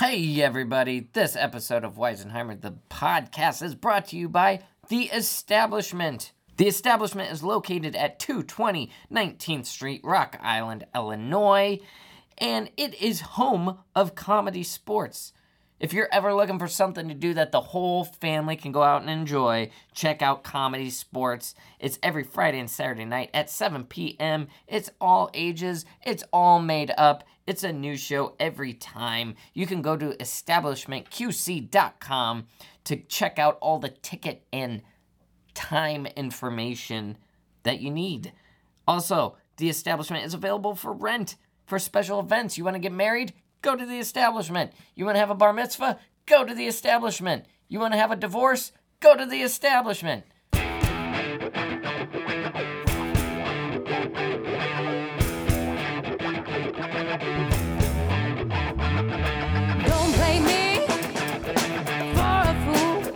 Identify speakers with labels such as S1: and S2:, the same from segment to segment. S1: Hey, everybody. This episode of Weisenheimer, the podcast, is brought to you by The Establishment. The Establishment is located at 220 19th Street, Rock Island, Illinois, and it is home of comedy sports. If you're ever looking for something to do that the whole family can go out and enjoy, check out Comedy Sports. It's every Friday and Saturday night at 7 p.m. It's all ages, it's all made up. It's a new show every time. You can go to establishmentqc.com to check out all the ticket and time information that you need. Also, the establishment is available for rent for special events. You want to get married? Go to the establishment. You want to have a bar mitzvah? Go to the establishment. You want to have a divorce? Go to the establishment.
S2: Don't blame me for a fool.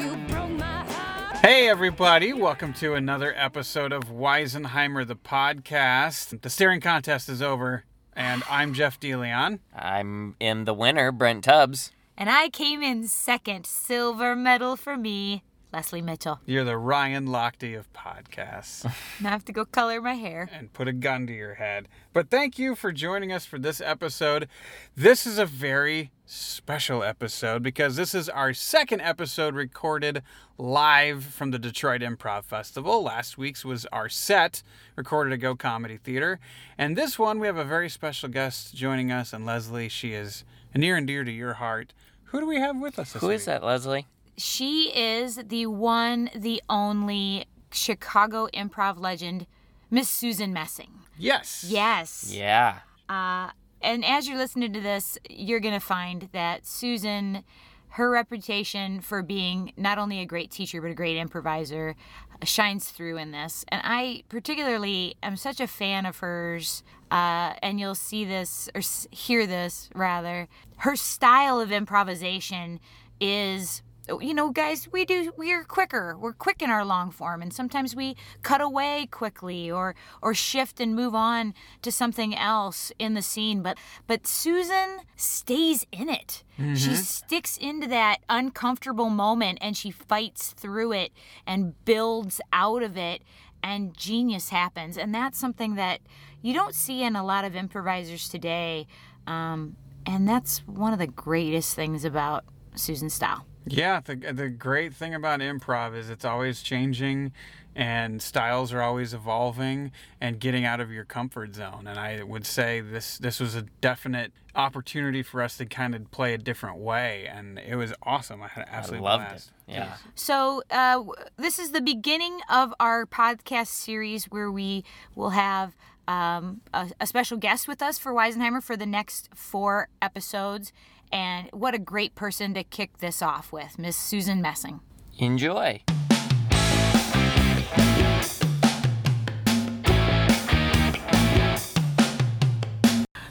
S2: You broke my heart.
S3: Hey, everybody, welcome to another episode of Weisenheimer the podcast. The staring contest is over, and I'm Jeff DeLeon.
S1: I'm in the winner, Brent Tubbs.
S4: And I came in second. Silver medal for me, Leslie Mitchell.
S3: You're the Ryan Lochte of podcasts,
S4: Now I have to go color my hair.
S3: and put a gun to your head. But thank you for joining us for this episode. This is a very special episode because this is our second episode recorded live from the Detroit Improv Festival. Last week's was our set recorded at Go Comedy Theater. And this one, we have a very special guest joining us, and Leslie, she is near and dear to your heart. Who do we have with us this
S1: Who is that, Leslie?
S4: She is the one, the only Chicago improv legend, Miss Susan Messing.
S3: Yes.
S4: Yes.
S1: Yeah.
S4: And as you're listening to this, you're going to find that Susan, her reputation for being not only a great teacher, but a great improviser uh, shines through in this. And I particularly am such a fan of hers. Uh, and you'll see this, or s- hear this rather. Her style of improvisation is Oh, you know guys we do we're quicker we're quick in our long form and sometimes we cut away quickly or or shift and move on to something else in the scene but but susan stays in it she sticks into that uncomfortable moment and she fights through it and builds out of it and genius happens and that's something that you don't see in a lot of improvisers today um, and that's one of the greatest things about susan style
S3: Yeah, the the great thing about improv is it's always changing and styles are always evolving and getting out of your comfort zone. And I would say this this was a definite opportunity for us to kind of play a different way and it was awesome. I had an
S1: I
S3: absolute
S1: loved it.
S3: blast.
S1: Yeah.
S4: So, uh, w- this is the beginning of our podcast series where we will have um, a, a special guest with us for Weisenheimer for the next four episodes. And what a great person to kick this off with, Miss Susan Messing.
S1: Enjoy.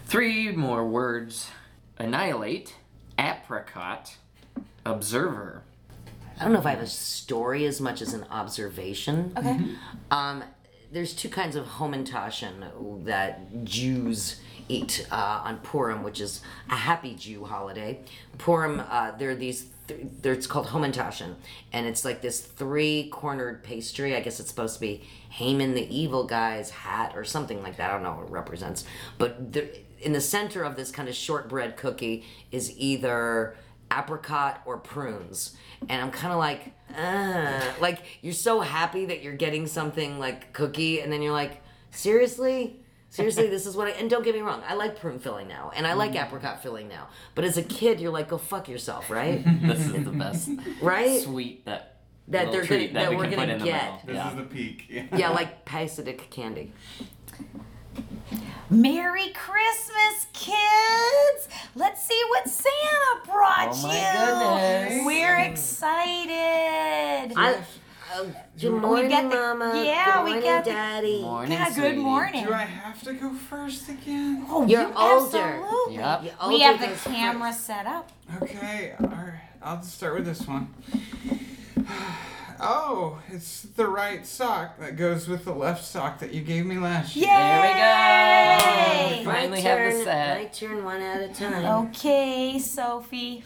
S1: Three more words annihilate, apricot, observer.
S5: I don't know if I have a story as much as an observation. Okay. Um, there's two kinds of homentashen that Jews eat uh, on Purim, which is a happy Jew holiday. Purim, uh, there are these. Th- there- it's called homentashen, and it's like this three-cornered pastry. I guess it's supposed to be Haman the evil guy's hat or something like that. I don't know what it represents, but there, in the center of this kind of shortbread cookie is either apricot or prunes and i'm kind of like Ugh. like you're so happy that you're getting something like cookie and then you're like seriously seriously this is what i and don't get me wrong i like prune filling now and i like apricot filling now but as a kid you're like go fuck yourself right
S1: This is the best
S5: right
S1: sweet that
S5: That
S1: little
S5: they're
S1: treat
S5: gonna- that
S1: we
S5: we're
S1: can put
S5: gonna
S1: in the
S5: get.
S1: mouth.
S6: This
S1: Yeah.
S6: is the peak.
S5: yeah like paisidic candy
S4: Merry Christmas, kids! Let's see what Santa brought
S1: Oh my you. goodness.
S4: We're excited.
S5: I, uh, good morning
S4: got the-
S5: mama
S4: yeah,
S5: good
S4: we
S5: morning
S4: got the-
S5: daddy
S1: Morning, sweetie.
S4: morning.
S6: Do I have to go first again?
S4: Oh,
S5: You're you older. absolutely.
S1: Yep.
S5: Yeah,
S4: We
S5: I'll
S4: have
S5: do
S4: the
S5: this
S4: camera
S5: first.
S4: set up.
S6: Okay, alright. I'll just start with this one.
S3: Oh, it's the right sock that goes with the left sock that you gave me last year.
S1: There we go. We
S5: My
S1: finally have the
S5: turn, My
S1: set.
S5: turn one at a time.
S4: Okay, Sophie.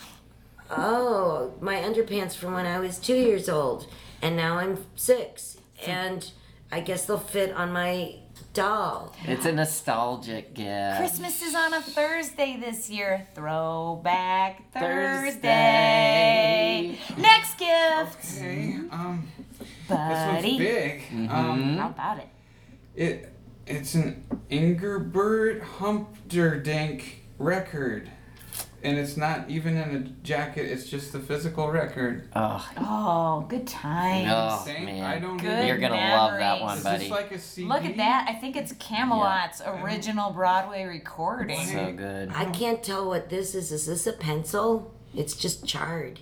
S5: Oh, my underpants from when I was two years old, and now I'm six, and I guess they'll fit on my doll.
S1: It's a nostalgic gift.
S4: Christmas is on a Thursday this year. Throwback
S1: Thursday.
S4: Thursday. Next gift.
S3: Okay, um, this one's
S4: Buddy.
S3: big.
S1: Mm-hmm.
S3: Um,
S4: How about it?
S3: it, it's an Ingerbert Humperdinck record. And it's not even in a jacket, it's just the physical record.
S1: Oh,
S4: Oh, good times.
S1: oh
S3: Same, I
S1: man.
S3: don't
S4: Good.
S3: even-
S1: You're gonna love that
S4: memories.
S1: one,
S3: Is
S1: buddy.
S3: this like a CD?
S4: Look at that. I think it's Camelot's original Broadway recording.
S1: So good.
S5: I can't tell what this is. Is this a pencil? It's just charred.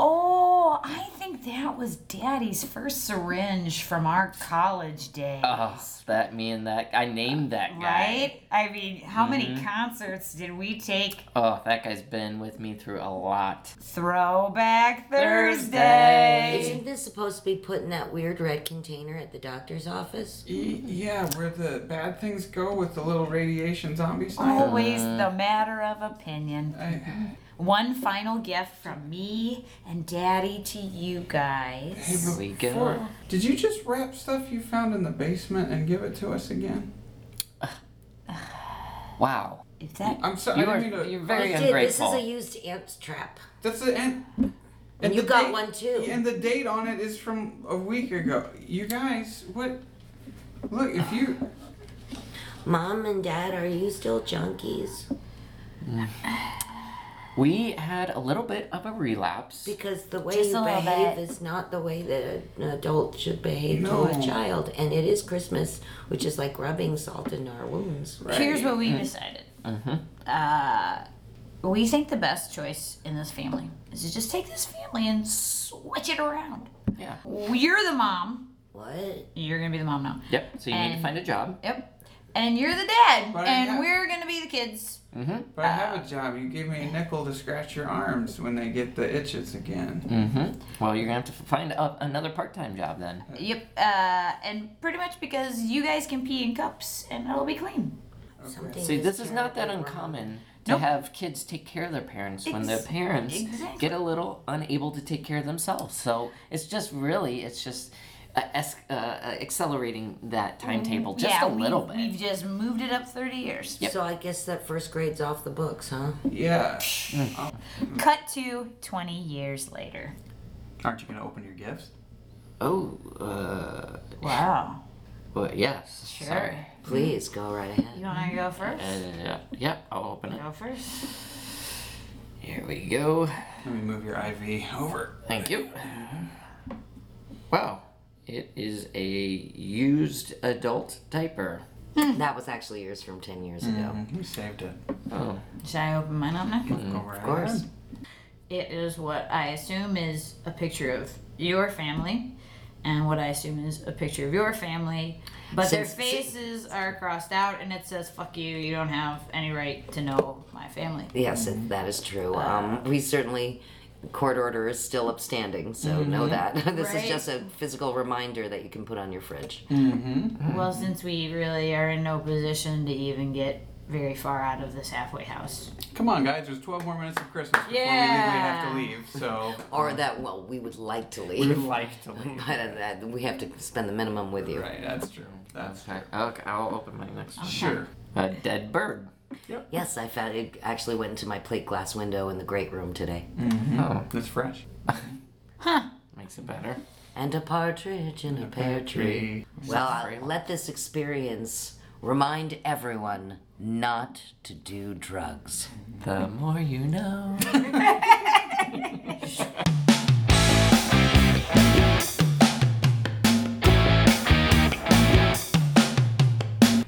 S4: Oh, I think that was Daddy's first syringe from our college days.
S1: Oh, that me and that I named that guy.
S4: Right? I mean, how many concerts did we take?
S1: Oh, that guy's been with me through a lot.
S4: Throwback
S1: Thursday.
S4: Thursday.
S5: Isn't this supposed to be put in that weird red container at the doctor's office?
S3: E- Yeah, where the bad things go with the little radiation zombie sign.
S4: Always the matter of opinion. One final gift from me and Daddy to you guys.
S1: Here we go.
S3: Four. Did you just wrap stuff you found in the basement and give it to us again?
S1: Wow.
S4: If that
S3: I'm sorry.
S1: You
S3: I
S1: are
S3: didn't mean to.
S1: you're very
S5: I did. Oh, This is
S1: ungrateful.
S5: a used ants trap.
S3: That's the end. And,
S5: you
S3: the
S5: got one too.
S3: And the date on it is from a week ago. You guys, what? Look, if you.
S5: Mom and Dad, are you still junkies?
S1: we had a little bit of a relapse.
S5: Because the way
S4: Just
S5: you
S4: a little
S5: behave
S4: bit.
S5: is not the way that an adult should behave to
S3: No.
S5: a child. And it is Christmas, which is like rubbing salt in our wounds.
S4: Here's what we decided. Uh, we think the best choice in this family is to just take this family and switch it around.
S1: Yeah.
S4: You're the mom.
S5: What?
S4: You're gonna be the mom now.
S1: Yep. So you need to
S4: And-
S1: find a job.
S4: Yep. And you're the dad,
S3: But I
S4: and
S3: have-
S4: we're gonna be the kids.
S3: But I have a job. You gave me a nickel to scratch your arms when they get the itches again.
S1: Mm-hmm. Well, you're gonna have to find a, another part-time job then.
S4: Yep. Uh, and pretty much because you guys can pee in cups, and it'll be clean.
S5: Something
S1: See, this is not that
S5: terribly wrong.
S1: uncommon to have kids take care of their parents when their
S4: Ex-
S1: parents
S4: exactly.
S1: get a little unable to take care of themselves. So it's just really, it's just uh, es- uh, uh, accelerating that timetable just
S4: Mm-hmm. yeah,
S1: a little bit.
S4: we've, We've just moved it up 30 years.
S5: So I guess that first grade's off the books, huh?
S3: Yeah.
S4: Cut to 20 years later.
S3: Aren't you going to open your gifts?
S1: Oh, uh,
S4: Wow.
S1: well, yes.
S4: Sure.
S1: Sorry.
S5: Please go right ahead.
S4: You wanna go first?
S1: Uh, yeah, yeah, I'll open it.
S4: Go first.
S1: Here we go.
S3: Let me move your IV over.
S1: Thank you. Wow. It is a used adult diaper.
S5: That was actually yours from 10 years ago.
S3: We saved it.
S1: Oh,
S4: Should I open mine up now?
S1: Mm-hmm.
S3: Go right of
S5: course.
S4: It is what I assume is a picture of your family, and what I assume is a picture of your family. But their
S5: Since-
S4: faces are crossed out, and it says "fuck you." You don't have any right to know my family.
S5: Yes, it- that is true. Um, we certainly, court order is still upstanding, so know that. this
S4: Right.
S5: is just a physical reminder that you can put on your fridge.
S3: Mm-hmm.
S4: Well, since we really are in no position to even get very far out of this halfway house.
S3: Come on, guys. There's 12 more minutes of Christmas before
S4: Yeah.
S3: we legally have to leave. So
S5: Or that, well, we would like to
S3: we would
S5: leave.
S3: like to leave.
S5: But uh, that- we have to spend the minimum with you.
S3: Right, that's true. That's
S1: okay. Okay, I'll open my next one.
S3: sure.
S1: A dead bird.
S5: Yes, I found it actually went into my plate glass window in the great room today.
S1: Oh,
S3: That's fresh.
S1: makes it better.
S5: And a partridge in a pear tree. Well, I'll let this experience remind everyone not to do drugs.
S3: Mm-hmm.
S1: The more you know.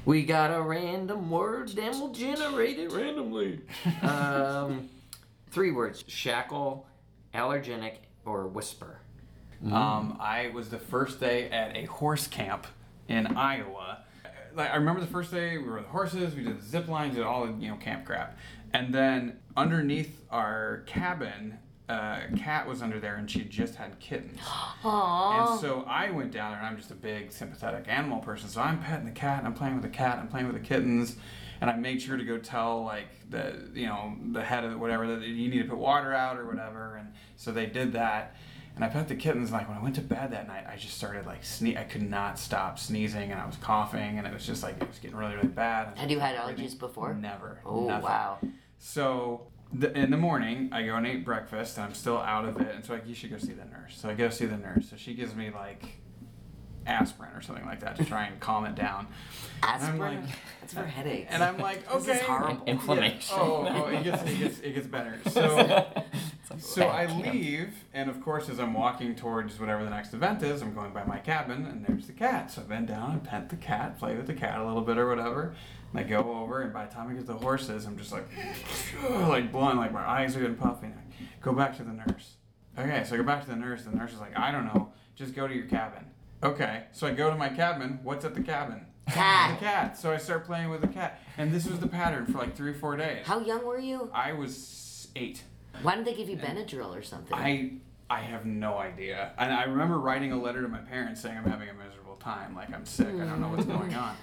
S1: we got a random word, then we'll generate it randomly. um, three words shackle, allergenic, or whisper.
S3: Um, I was the first day at a horse camp in Iowa. Like I remember the first day we were with horses, we did zip lines, did all the you know camp crap, and then underneath our cabin uh, cat was under there and she just had kittens.
S5: Aww.
S3: And so I went down there, and I'm just a big sympathetic animal person. So I'm petting the cat, and I'm playing with the cat, and I'm playing with the kittens, and I made sure to go tell like the you know the head of whatever that you need to put water out or whatever. And so they did that, and I pet the kittens. Like when I went to bed that night, I just started like sneeze. I could not stop sneezing, and I was coughing, and it was just like it was getting really really bad.
S5: Had you had
S3: Breathing.
S5: allergies before?
S3: Never.
S5: Oh
S3: Nothing.
S5: wow.
S3: So the, in the morning, I go and eat breakfast, and I'm still out of it. And so like, you should go see the nurse. So I go see the nurse. So she gives me like aspirin or something like that to try and calm it down.
S5: Aspirin.
S3: like-
S5: That's for headaches.
S3: And I'm like, okay.
S5: this is horrible.
S1: Inflammation.
S3: Oh, oh, it gets it gets it gets better. So so I leave, and of course, as I'm walking towards whatever the next event is, I'm going by my cabin, and there's the cat. So I bend down, I pet the cat, play with the cat a little bit or whatever. And I go over, and by the time I get to the horses, I'm just like, like blowing, like my eyes are getting puffy. And I go back to the nurse. Okay, so I go back to the nurse. The nurse is like, I don't know, just go to your cabin. Okay, so I go to my cabin. What's at the cabin?
S5: Cat.
S3: The cat. So I start playing with the cat, and this was the pattern for like three or four days.
S5: How young were you?
S3: I was eight.
S5: Why didn't they give you Benadryl or something?
S3: I I have no idea. And I remember writing a letter to my parents saying I'm having a miserable time, like I'm sick, I don't know what's going on.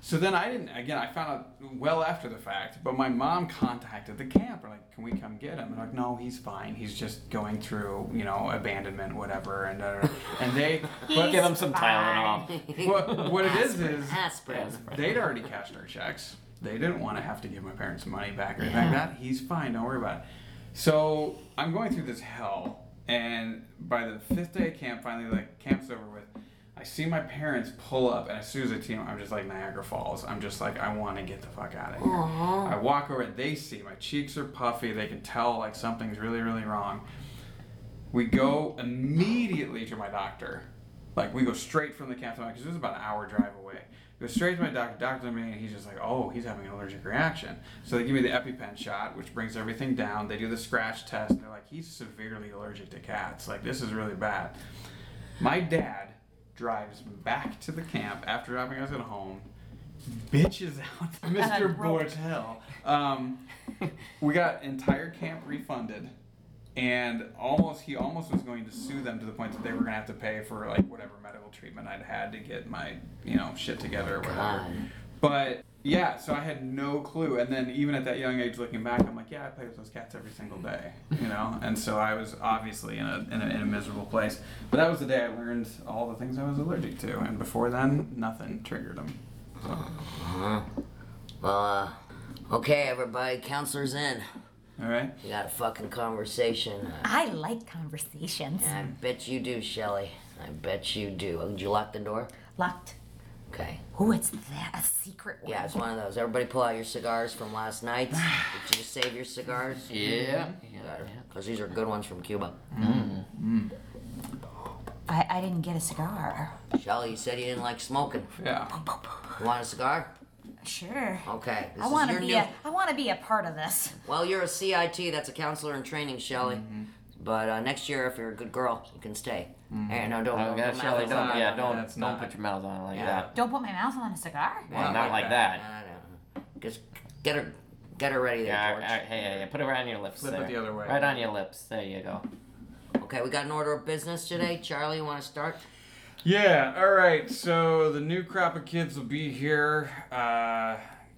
S3: So then I didn't again, I found out well after the fact, but my mom contacted the camp and like, can we come get him? And like, no, he's fine. He's just going through, you know, abandonment, whatever, and uh, and they but
S1: Give him some Tylenol.
S3: what, what it is is
S5: Aspirin.
S3: they'd already cashed our checks. They didn't want to have to give my parents money back or anything like that. He's fine. Don't worry about it. So I'm going through this hell, and by the fifth day of camp, finally, like camp's over with. I see my parents pull up, and as soon as I see them, I'm just like Niagara Falls. I'm just like, I want to get the fuck out of here. I walk over, they see my cheeks are puffy. They can tell like something's really, really wrong. We go immediately to my doctor. Like we go straight from the campsite because it was about an hour drive away. Go straight to my doctor. Doctor me, and he's just like, "Oh, he's having an allergic reaction." So they give me the EpiPen shot, which brings everything down. They do the scratch test, and they're like, "He's severely allergic to cats. Like this is really bad." My dad drives back to the camp after dropping us at home. Bitches out, to Mr. Bortel. Um, we got entire camp refunded and almost he almost was going to sue them to the point that they were going to have to pay for like whatever medical treatment I'd had to get my you know shit together or whatever. But yeah, so I had no clue, and then even at that young age, looking back, I'm like, yeah, I played with those cats every single day, you know, and so I was obviously in a, in a in a miserable place. But that was the day I learned all the things I was allergic to, and before then, nothing triggered them.
S5: Well, uh, okay, everybody, counselors in.
S3: All right,
S5: We got a fucking conversation.
S4: I like conversations.
S5: I bet you do, Shelly. I bet you do. Oh, Did you lock the door?
S4: Locked.
S5: Okay.
S4: Oh, it's that a secret one.
S5: Yeah, it's one of those. Everybody pull out your cigars from last night. Did you save your cigars?
S1: Yeah.
S5: Because these are good ones from Cuba.
S4: I, I didn't get a cigar.
S5: Shelly, you said you didn't like smoking.
S3: yeah.
S5: You want a cigar?
S4: Sure.
S5: Okay. This
S4: I
S5: is
S4: want to
S5: your
S4: be
S5: new-
S4: a I want to be a part of this.
S5: Well, you're a CIT. That's a counselor in training, Shelly. But uh, next year, if you're a good girl, you can stay. Hey, no, don't.
S1: Oh
S5: don't-
S1: gosh,
S5: don't
S1: Shelly,
S5: mouth
S1: don't
S5: it.
S1: yeah, don't
S3: that's
S1: don't
S3: not-
S1: put your mouth on it like
S5: Yeah.
S1: that.
S4: Don't put my mouth on a cigar.
S1: Well, not like
S5: No,
S1: that.
S5: no, no. Just get her, get her ready there,
S1: Yeah, all
S5: George.
S1: right, hey, hey, hey, put it right on your lips.
S3: Flip it
S1: there.
S3: the other way.
S1: Right on your lips. There you go.
S5: Okay, we got an order of business today. Charlie, you want to start?
S3: Yeah, all right. So the new crop of kids will be here. Uh,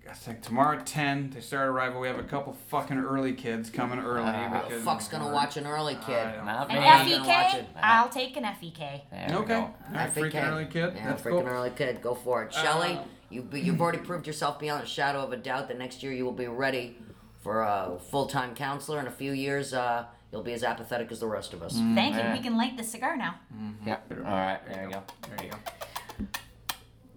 S3: I think tomorrow at ten. They start arrival. We have a couple fucking early kids coming early.
S5: Ah, The
S3: because
S5: fuck's gonna watch an early kid?
S3: I don't-
S1: Not
S4: An E
S1: bad.
S5: I'm gonna watch
S4: FEK.
S5: it.
S4: I'll take an E FEK.
S1: There we
S3: Okay.
S1: go.
S3: All right,
S5: FEK.
S3: freaking early kid.
S5: E Yeah,
S3: That's
S5: freaking
S3: cool. Um,
S5: early kid. Go for it, Shelley. You be, you've already proved yourself beyond a shadow of a doubt that next year you will be ready for a full-time counselor. In a few years, uh, you'll be as apathetic as the rest of us.
S4: Thank
S1: Yeah.
S4: you. We can light the cigar now.
S5: Mm-hmm.
S1: Yep. All right. There we go.
S3: There you go.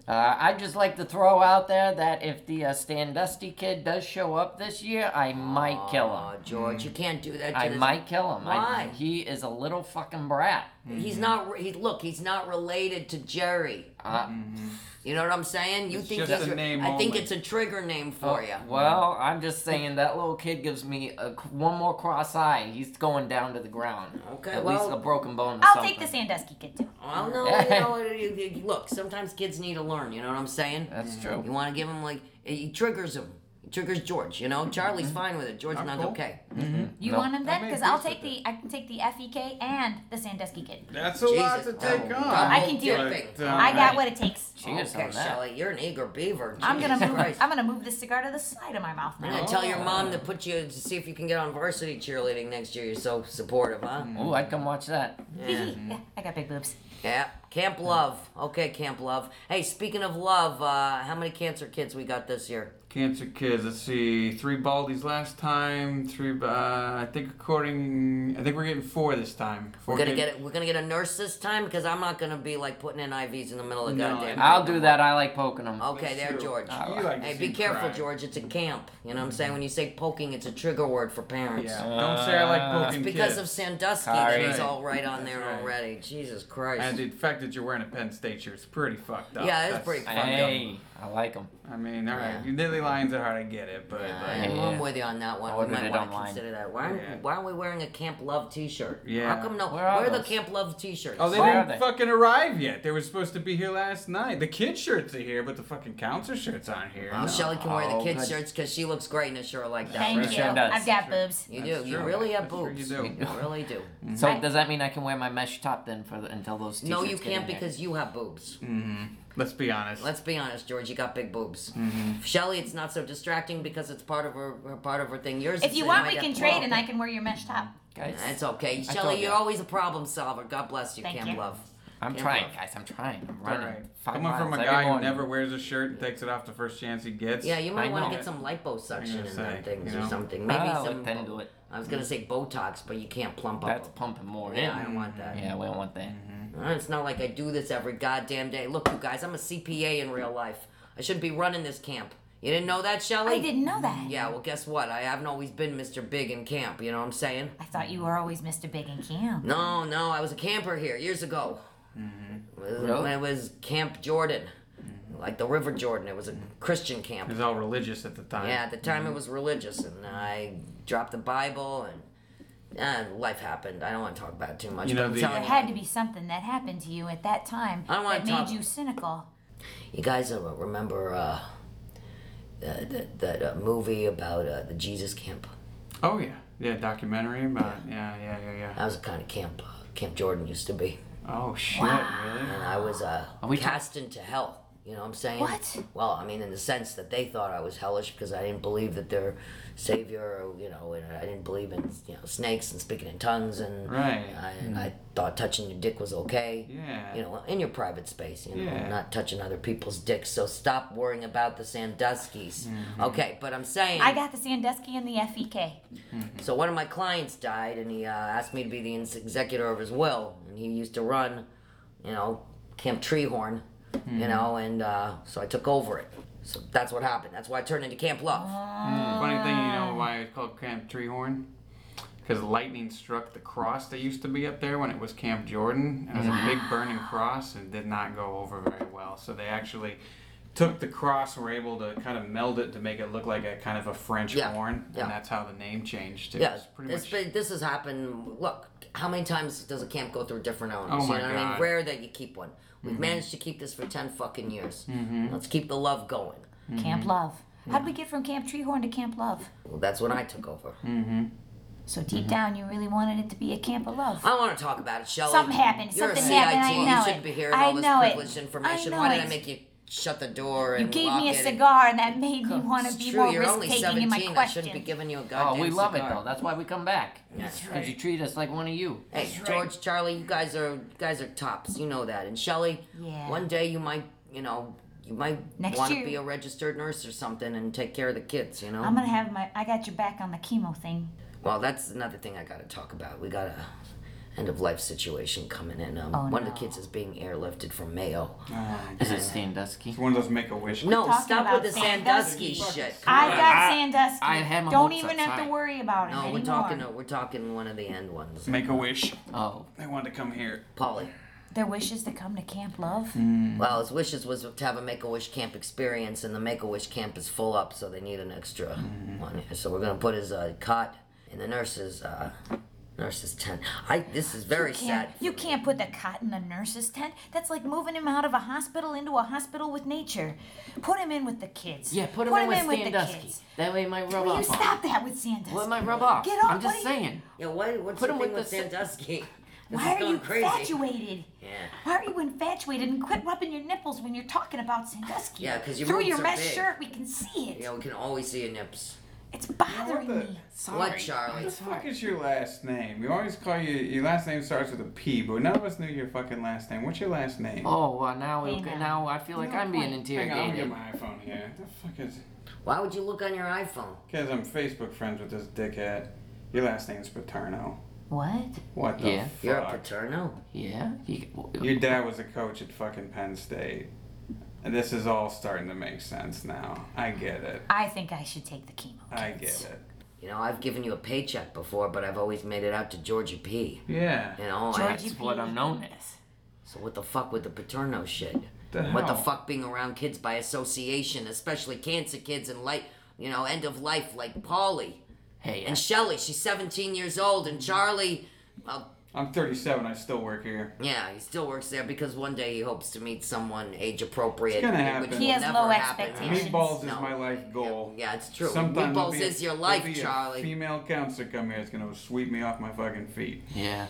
S1: Uh, I'd just like to throw out there that if the uh, Stan Dusty kid does show up this year, I might kill
S5: Aw,
S1: him.
S5: George, you can't do that. To
S1: I
S5: this-
S1: might kill him. I,
S5: Why?
S1: he is a little fucking brat.
S5: He's not. He look. He's not related to Jerry.
S1: Uh,
S5: Mm-hmm. You know what I'm saying? You think
S3: just
S5: he's.
S3: a
S5: re-
S3: name
S5: I think
S3: only. Oh.
S5: it's a trigger name for Mm-hmm. you.
S1: Well, I'm just saying that little kid gives me a, c- one more cross eye. He's going down to the ground.
S5: Okay,
S1: At least a
S5: well-
S1: broken bone or
S4: I'll
S1: something.
S4: take the Sandusky kid too.
S5: Well, no, you know, you- you- look, sometimes kids need to learn, you know what I'm saying?
S1: That's true.
S5: You want to give them, like, it, it triggers them. triggers George. You know, Charlie's
S7: Mm-hmm.
S5: fine with it. George's not
S3: cool.
S5: okay.
S7: You
S1: No.
S7: want him then?
S3: made
S7: Because
S3: peace
S7: I'll
S3: with
S7: take the I can take the
S4: E
S7: FEK and the Sandusky kid.
S3: That's a lot to
S5: Jesus.
S3: take
S5: Oh,
S3: on.
S5: God.
S7: I can do
S5: But,
S7: it.
S3: uh,
S7: I got what it takes.
S1: Cheers
S5: okay,
S1: on that.
S5: Shelly, you're an eager beaver.
S7: I'm gonna
S5: Jesus
S7: move.
S5: Christ.
S7: I'm gonna move this cigar to the side of my mouth
S5: I'm
S7: now.
S5: gonna tell your mom to put you to see if you can get on varsity cheerleading next year. You're so supportive, huh?
S7: Mm-hmm.
S1: Ooh, I'd come watch that.
S5: Yeah.
S7: I got big boobs.
S5: yeah. Camp Love. Okay, Camp Love. Hey, speaking of love, uh, how many cancer kids we got this year?
S3: Cancer kids. Let's see, three Baldies last time. Three. Uh, I think according. I think we're getting four this time. Four
S5: We're gonna
S3: kids.
S5: get it. We're gonna get a nurse this time because I'm not gonna be like putting in IVs in the middle of the
S3: No,
S5: goddamn.
S3: I-
S1: I'll do that. I like poking them.
S5: Okay, there,
S3: Shoot.
S5: George.
S3: You like to
S5: Hey,
S3: see
S5: be
S3: him
S5: careful,
S3: cry.
S5: George. It's a camp. You know what I'm saying? When you say poking, it's a trigger word for parents.
S3: Yeah. Don't say I
S1: Uh,
S3: like poking
S5: Because
S3: kids.
S5: of Sandusky,
S1: Sorry.
S5: he's all right on there
S3: That's right.
S5: already. Jesus Christ.
S3: And the fact that you're wearing a Penn State shirt is pretty fucked up.
S5: Yeah, it is pretty fucked
S1: Hey, I like them.
S3: I mean, all right,
S5: Yeah.
S3: you Lily Lions at heart, I get it, but
S5: I
S3: like,
S5: am
S1: Yeah.
S5: I'm with you on that one.
S1: I
S5: We
S1: ordered
S5: might
S1: it
S5: want to
S1: online.
S5: consider that. Why,
S3: Yeah.
S5: why are we wearing a Camp Love T-shirt?
S3: Yeah.
S5: How come no?
S1: Where
S5: Where
S1: are
S5: are, the
S1: those?
S5: Camp Love T-shirts?
S3: oh, they
S1: Where are
S3: didn't
S1: they?
S3: fucking arrive yet. They were supposed to be here last night. The kid shirts are here, but the fucking counselor shirts aren't here.
S5: Well, Shelly can wear
S1: Oh,
S5: the kids'
S1: good.
S5: shirts because she looks great in a shirt like that.
S7: Thank
S5: right?
S7: you.
S1: sure does.
S7: I've got boobs.
S5: You
S3: That's
S5: do. You
S3: true.
S5: really have
S3: That's true,
S5: boobs.
S3: you do.
S5: really do.
S1: So
S7: I-
S1: does that mean I can wear my mesh top then for the, until those t-shirts
S5: Mm-hmm. No, you
S1: get
S5: can't
S1: in here?
S5: because you have boobs.
S1: Mm.
S3: Let's be honest.
S5: Let's be honest, George. You got big boobs.
S1: Mm-hmm.
S5: Shelly, it's not so distracting because it's part of her, her part of her thing. Yours.
S7: If
S5: is
S7: you
S5: it
S7: want,
S5: might
S7: we
S5: have-
S7: can trade, and I can wear your mesh top.
S1: guys.
S5: That's okay,
S1: told
S5: Shelly. You're
S1: you.
S5: always a problem solver. God bless you,
S7: Thank
S5: Camp
S7: you.
S5: Love.
S1: I'm
S5: Camp
S1: trying,
S5: Love.
S1: guys. I'm trying. I'm
S3: all
S1: running.
S3: right.
S1: Five
S3: Coming from a
S1: miles every
S3: guy who
S1: morning.
S3: never wears a shirt and takes it off the first chance he gets.
S5: Yeah, you
S1: I
S5: might want
S1: know.
S5: to get some liposuction
S3: I
S5: in
S3: was gonna say,
S5: them things
S3: you know.
S5: or something. Maybe
S1: Ah,
S5: some.
S1: then do it.
S5: I was gonna say Botox, but you can't plump
S1: That's Mm-hmm.
S5: up.
S1: pumping more
S5: Yeah, I
S1: in.
S5: don't want that.
S1: Yeah, we don't want that.
S5: Uh, It's not like I do this every goddamn day. Look, you guys, I'm a CPA in real life. I shouldn't be running this camp. You didn't know that, Shelly?
S7: I didn't know that.
S5: Yeah, well, guess what? I haven't always been Mr. Big in camp. You know what I'm saying?
S7: I thought you were always Mr. Big and Cam.
S5: No, no, I was a camper here years ago.
S3: Mm-hmm.
S5: When-
S1: Really?
S5: When it was Camp Jordan, like the River Jordan. It was a Christian
S3: He
S5: camp.
S3: was all religious at the time.
S5: Yeah, at the time
S3: Mm-hmm.
S5: it was religious, and I dropped the Bible, and uh, life happened. I don't want to talk about it too much.
S3: You know,
S5: but I'm
S3: the- uh,
S5: telling
S7: There
S5: you,
S7: had to be something that happened to you at that time
S5: I don't wanna
S7: that made
S5: talk-
S7: you cynical.
S5: You guys uh, remember uh, uh, that, that uh, movie about uh, the Jesus camp?
S3: Oh yeah. Yeah, documentary about yeah, yeah, yeah, yeah.
S5: That was the kind of camp uh, Camp Jordan used to be.
S3: Oh shit, really?
S5: And I was uh,
S1: we ta-
S5: cast into hell. You know what I'm saying?
S7: What?
S5: Well, I mean, in the sense that they thought I was hellish because I didn't believe that their savior, you know, and I didn't believe in you know snakes and speaking in tongues, and
S3: Right.
S5: I, and I thought touching your dick was okay.
S3: Yeah.
S5: You know, in your private space, you know,
S3: Yeah.
S5: not touching other people's dicks. So stop worrying about the Sanduskys.
S3: Mm-hmm.
S5: Okay, but I'm saying.
S7: I got the Sandusky and the E FEK.
S5: So one of my clients died, and he uh, asked me to be the ins- executor of his will. And he used to run, you know, Camp Treehorn,
S3: Hmm.
S5: you know, and uh, so I took over it. So that's what happened. That's why I turned into Camp Love.
S3: Oh, Mm, Funny thing, you
S5: Ah.
S3: know why it's called Camp Treehorn? Because lightning struck the cross that used to be up there when it was Camp Jordan. It was
S5: Mm.
S3: a big burning cross and did not go over very well. So they actually took the cross and were able to kind of meld it to make it look like a kind of a French
S5: Yeah,
S3: horn.
S5: yeah.
S3: And that's how the name changed. It
S5: yeah,
S3: was pretty
S5: this,
S3: much.
S5: been- this has happened. Look, how many times does a camp go through different owners?
S3: Oh my
S5: you know what I
S3: God. Mm-hmm.
S5: mean? Rare that you keep one. We've managed to keep this for 10 fucking years. Let's keep the love going.
S7: Camp
S5: Mm-hmm.
S7: Love. How'd we get from Camp Treehorn to Camp Love?
S5: Well, that's when I took over.
S7: So
S5: Mm-hmm.
S7: deep down, you really wanted it to be a camp of love.
S5: I want to talk about it, Shelley.
S7: Something happened.
S5: You're
S7: Something
S5: a CIT.
S7: happened. I know
S5: you
S7: it.
S5: shouldn't be hearing
S7: I
S5: all this
S7: know it.
S5: privileged
S7: I
S5: information.
S7: know
S5: Why did
S7: it.
S5: I make you shut the door and
S7: you gave
S5: lock
S7: me a
S5: it and-
S7: cigar, and that made me want to
S5: It's
S7: be
S5: true.
S7: more
S5: You're
S7: risk
S5: only
S7: taking in my
S5: seventeen. I shouldn't be
S7: questions.
S5: giving you a
S1: Oh,
S5: goddamn.
S1: we love it
S5: cigar.
S1: though. That's why we come back.
S5: That's
S1: Because you treat us like one of you.
S5: Hey, George, Charlie, you guys are you guys are tops. You know that. And Shelly,
S7: Yeah.
S5: one day you might, you know, you might
S7: Next
S5: want to
S7: year.
S5: be a registered nurse or something and take care of the kids. You know.
S7: I'm gonna have my. I got your back on the chemo thing.
S5: Well, that's another thing I gotta talk about. We got a end of life situation coming in. Um,
S7: Oh,
S5: one of
S7: no.
S5: the kids is being airlifted from Mayo.
S1: Is it Sandusky?
S3: Oh one of those make a wish.
S5: No,
S7: talking
S5: stop
S7: about
S5: with the
S7: Sandusky.
S5: Sandusky shit.
S7: I got Sandusky.
S1: I had my
S7: Don't
S1: hopes
S7: even
S1: up
S7: have
S1: high.
S7: to worry about it
S5: No,
S7: anymore.
S5: we're talking. We're talking one of the end ones.
S3: Make a wish.
S1: Oh,
S3: They wanted to come here.
S5: Polly.
S7: Their wishes to come to Camp Love.
S5: Well, his wishes was to have a Make a Wish camp experience, and the Make a Wish camp is full up, so they need an extra one. So we're gonna put his uh, cot in the nurse's uh, Nurses tent. I. This is very sad.
S7: Can't, you can't put the cot in the nurse's tent. That's like moving him out of a hospital into a hospital with nature. Put him in with the kids.
S1: Yeah, put him in with Sandusky. That way it might rub
S7: Will you
S1: off. on him.
S7: stop that with Sandusky?
S1: Well, it might rub off.
S7: Get off.
S1: I'm
S7: What
S1: just
S7: are you-
S1: saying.
S5: Yeah. Why? What's
S1: Put
S5: the
S1: him
S5: thing
S1: with
S5: with
S1: the s-
S5: Sandusky?
S7: Why
S5: This is
S7: are
S5: going
S7: you
S5: crazy.
S7: infatuated?
S5: Yeah.
S7: Why are you infatuated? And quit rubbing your nipples when you're talking about Sandusky.
S5: Yeah, 'cause your
S7: through
S5: boobs
S7: your
S5: are
S7: mesh
S5: big.
S7: shirt, we can see it.
S5: Yeah, we can always see your nips.
S7: It's bothering
S3: the-
S7: me.
S1: Sorry.
S5: What, Charlie?
S1: I'm sorry.
S3: What is your last name? We always call you. Your last name starts with a P, but none of us knew your fucking last name. What's your last name?
S1: Oh, well, now we,
S7: Hey, now.
S1: now I feel like I'm being
S3: Hang on, I'm get
S1: interrogated.
S3: my iPhone here. The fuck is?
S5: Why would you look on your iPhone?
S3: Because I'm Facebook friends with this dickhead. Your last name's Paterno.
S7: What?
S3: What the
S1: Yeah.
S3: fuck?
S5: You're a paterno.
S1: Yeah. You,
S3: Your dad was a coach at fucking Penn State. And this is all starting to make sense now. I get it.
S7: I think I should take the chemo.
S3: I get
S7: kids.
S3: it.
S5: You know, I've given you a paycheck before, but I've always made it out to Georgie P.
S3: Yeah.
S5: You know, I-
S1: that's what I'm known as.
S5: so what the fuck with the paterno shit?
S3: The
S5: what the
S3: hell?
S5: fuck being around kids by association, especially cancer kids and like, you know, end of life like Polly
S1: Hey,
S5: and Shelly. She's 17 years old, and Charlie, well,
S3: I'm 37. I still work here.
S5: yeah, he still works there because one day he hopes to meet someone age appropriate.
S3: It's gonna
S5: Which
S3: happen.
S7: He
S5: will
S7: has
S5: never
S7: low
S5: happen.
S7: expectations.
S3: Meatballs is
S5: No.
S3: my life goal.
S5: Yeah, it's true.
S3: Sometime there'll
S5: Meatballs
S3: be a-
S5: is your
S3: there'll
S5: life,
S3: be a
S5: Charlie.
S3: female counselor come here. It's gonna sweep me off my fucking feet.
S1: yeah.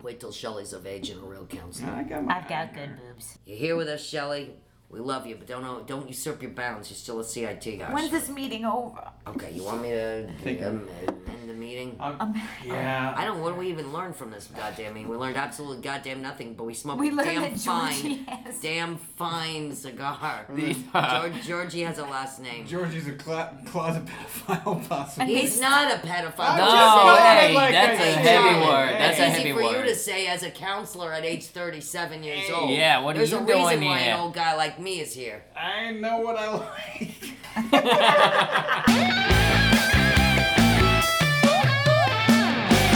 S5: Wait till Shelly's of age and a real counselor.
S3: I got my
S7: I've got good boobs.
S5: You're here with us, Shelly. We love you, but don't don't usurp your bounds. You're still a CIT guy.
S7: When's this meeting over?
S5: Okay, you want me to
S3: Think-
S5: um, end the meeting?
S3: I'm,
S7: Um,
S3: yeah.
S5: I don't. What do we even learn from this goddamn meeting? We learned absolutely goddamn nothing. But we smoked
S7: We
S5: a
S7: learned
S5: damn
S7: that
S5: fine,
S7: Georgie has-
S5: damn fine cigar.
S1: These-
S5: George, Georgie has a last name.
S3: Georgie's a cla- closet pedophile, possibly.
S5: He's not a pedophile.
S1: No,
S5: Just say-
S1: hey,
S3: like
S1: that's
S3: I
S1: a
S3: said.
S1: heavy
S5: Charlie,
S1: word. That's a
S5: it's easy
S1: heavy
S5: for you
S1: word.
S5: to say as a counselor at age 37 years old.
S1: yeah, what are
S5: There's
S1: you
S5: a
S1: doing
S5: reason why
S1: here?
S5: an old guy like me is here.
S3: I know what I like.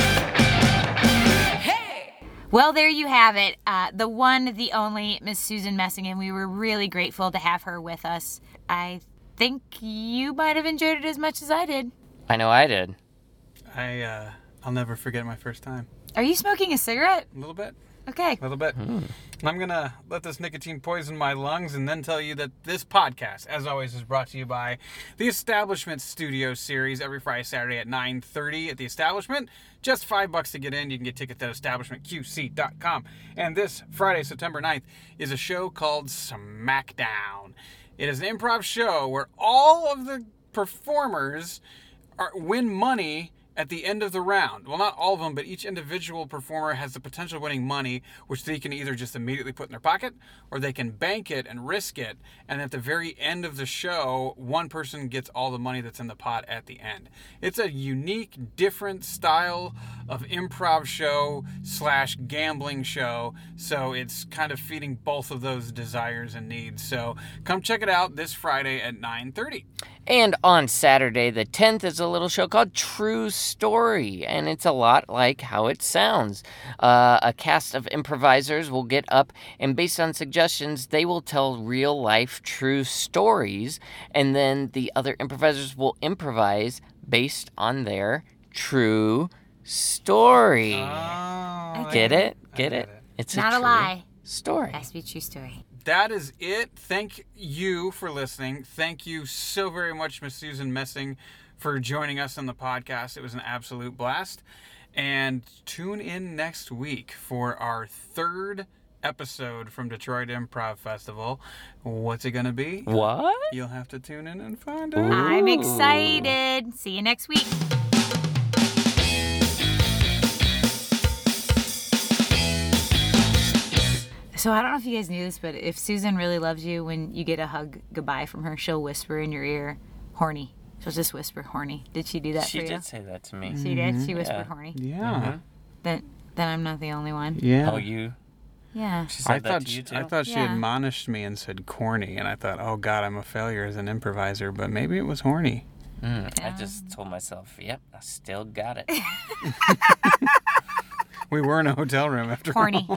S4: Well, there you have it. Uh, the one, the only Miss Susan Messingen. We were really grateful to have her with us. I think you might have enjoyed it as much as I did.
S1: I know I did.
S3: I uh, I'll never forget my first time.
S4: Are you smoking a cigarette?
S3: A little bit,
S4: Okay.
S3: a little bit. I'm gonna let this nicotine poison my lungs, and then tell you that this podcast, as always, is brought to you by the Establishment Studio Series. Every Friday, Saturday at 9:30 at the Establishment. Just five bucks to get in. You can get tickets at establishmentqc.com. And this Friday, September 9th, is a show called Smackdown. It is an improv show where all of the performers are, win money at the end of the round. Well, not all of them, but each individual performer has the potential of winning money, which they can either just immediately put in their pocket or they can bank it and risk it. And at the very end of the show, one person gets all the money that's in the pot at the end. It's a unique, different style of improv show slash gambling show. So it's kind of feeding both of those desires and needs. So come check it out this Friday at 9.30.
S1: And on Saturday, the 10th, is a little show called True Story, and it's a lot like how it sounds. Uh, a cast of improvisers will get up, and based on suggestions, they will tell real life true stories, and then the other improvisers will improvise based on their true story. Ah, get it? Get it? It's
S4: Not a
S1: true
S4: lie.
S1: Story.
S4: Has to be a true story.
S3: that is it. Thank you for listening. Thank you so very much, Miss Susan Messing, for joining us on the podcast. It was an absolute blast. And tune in next week for our third episode from Detroit Improv Festival. What's it going to be?
S1: What?
S3: You'll have to tune in and find out.
S4: I'm excited. See you next week. So I don't know if you guys knew this, but if Susan really loves you, when you get a hug goodbye from her, she'll whisper in your ear, "Horny." She'll just whisper, "Horny." Did she do that
S1: She
S4: for you?
S1: did Mm-hmm. say that to me.
S4: She did. She whispered, "Horny."
S3: Yeah.
S4: Then, then I'm not the only one.
S3: Yeah.
S1: Oh, you?
S4: Yeah.
S1: She said
S3: I
S1: that
S3: thought,
S1: to you
S3: she,
S1: too?
S3: I thought she
S4: Yeah.
S3: admonished me and said corny, and I thought, oh God, I'm a failure as an improviser, but maybe it was horny.
S1: I just told myself, yep, I still got it.
S3: We were in a hotel room after all.
S4: Horny.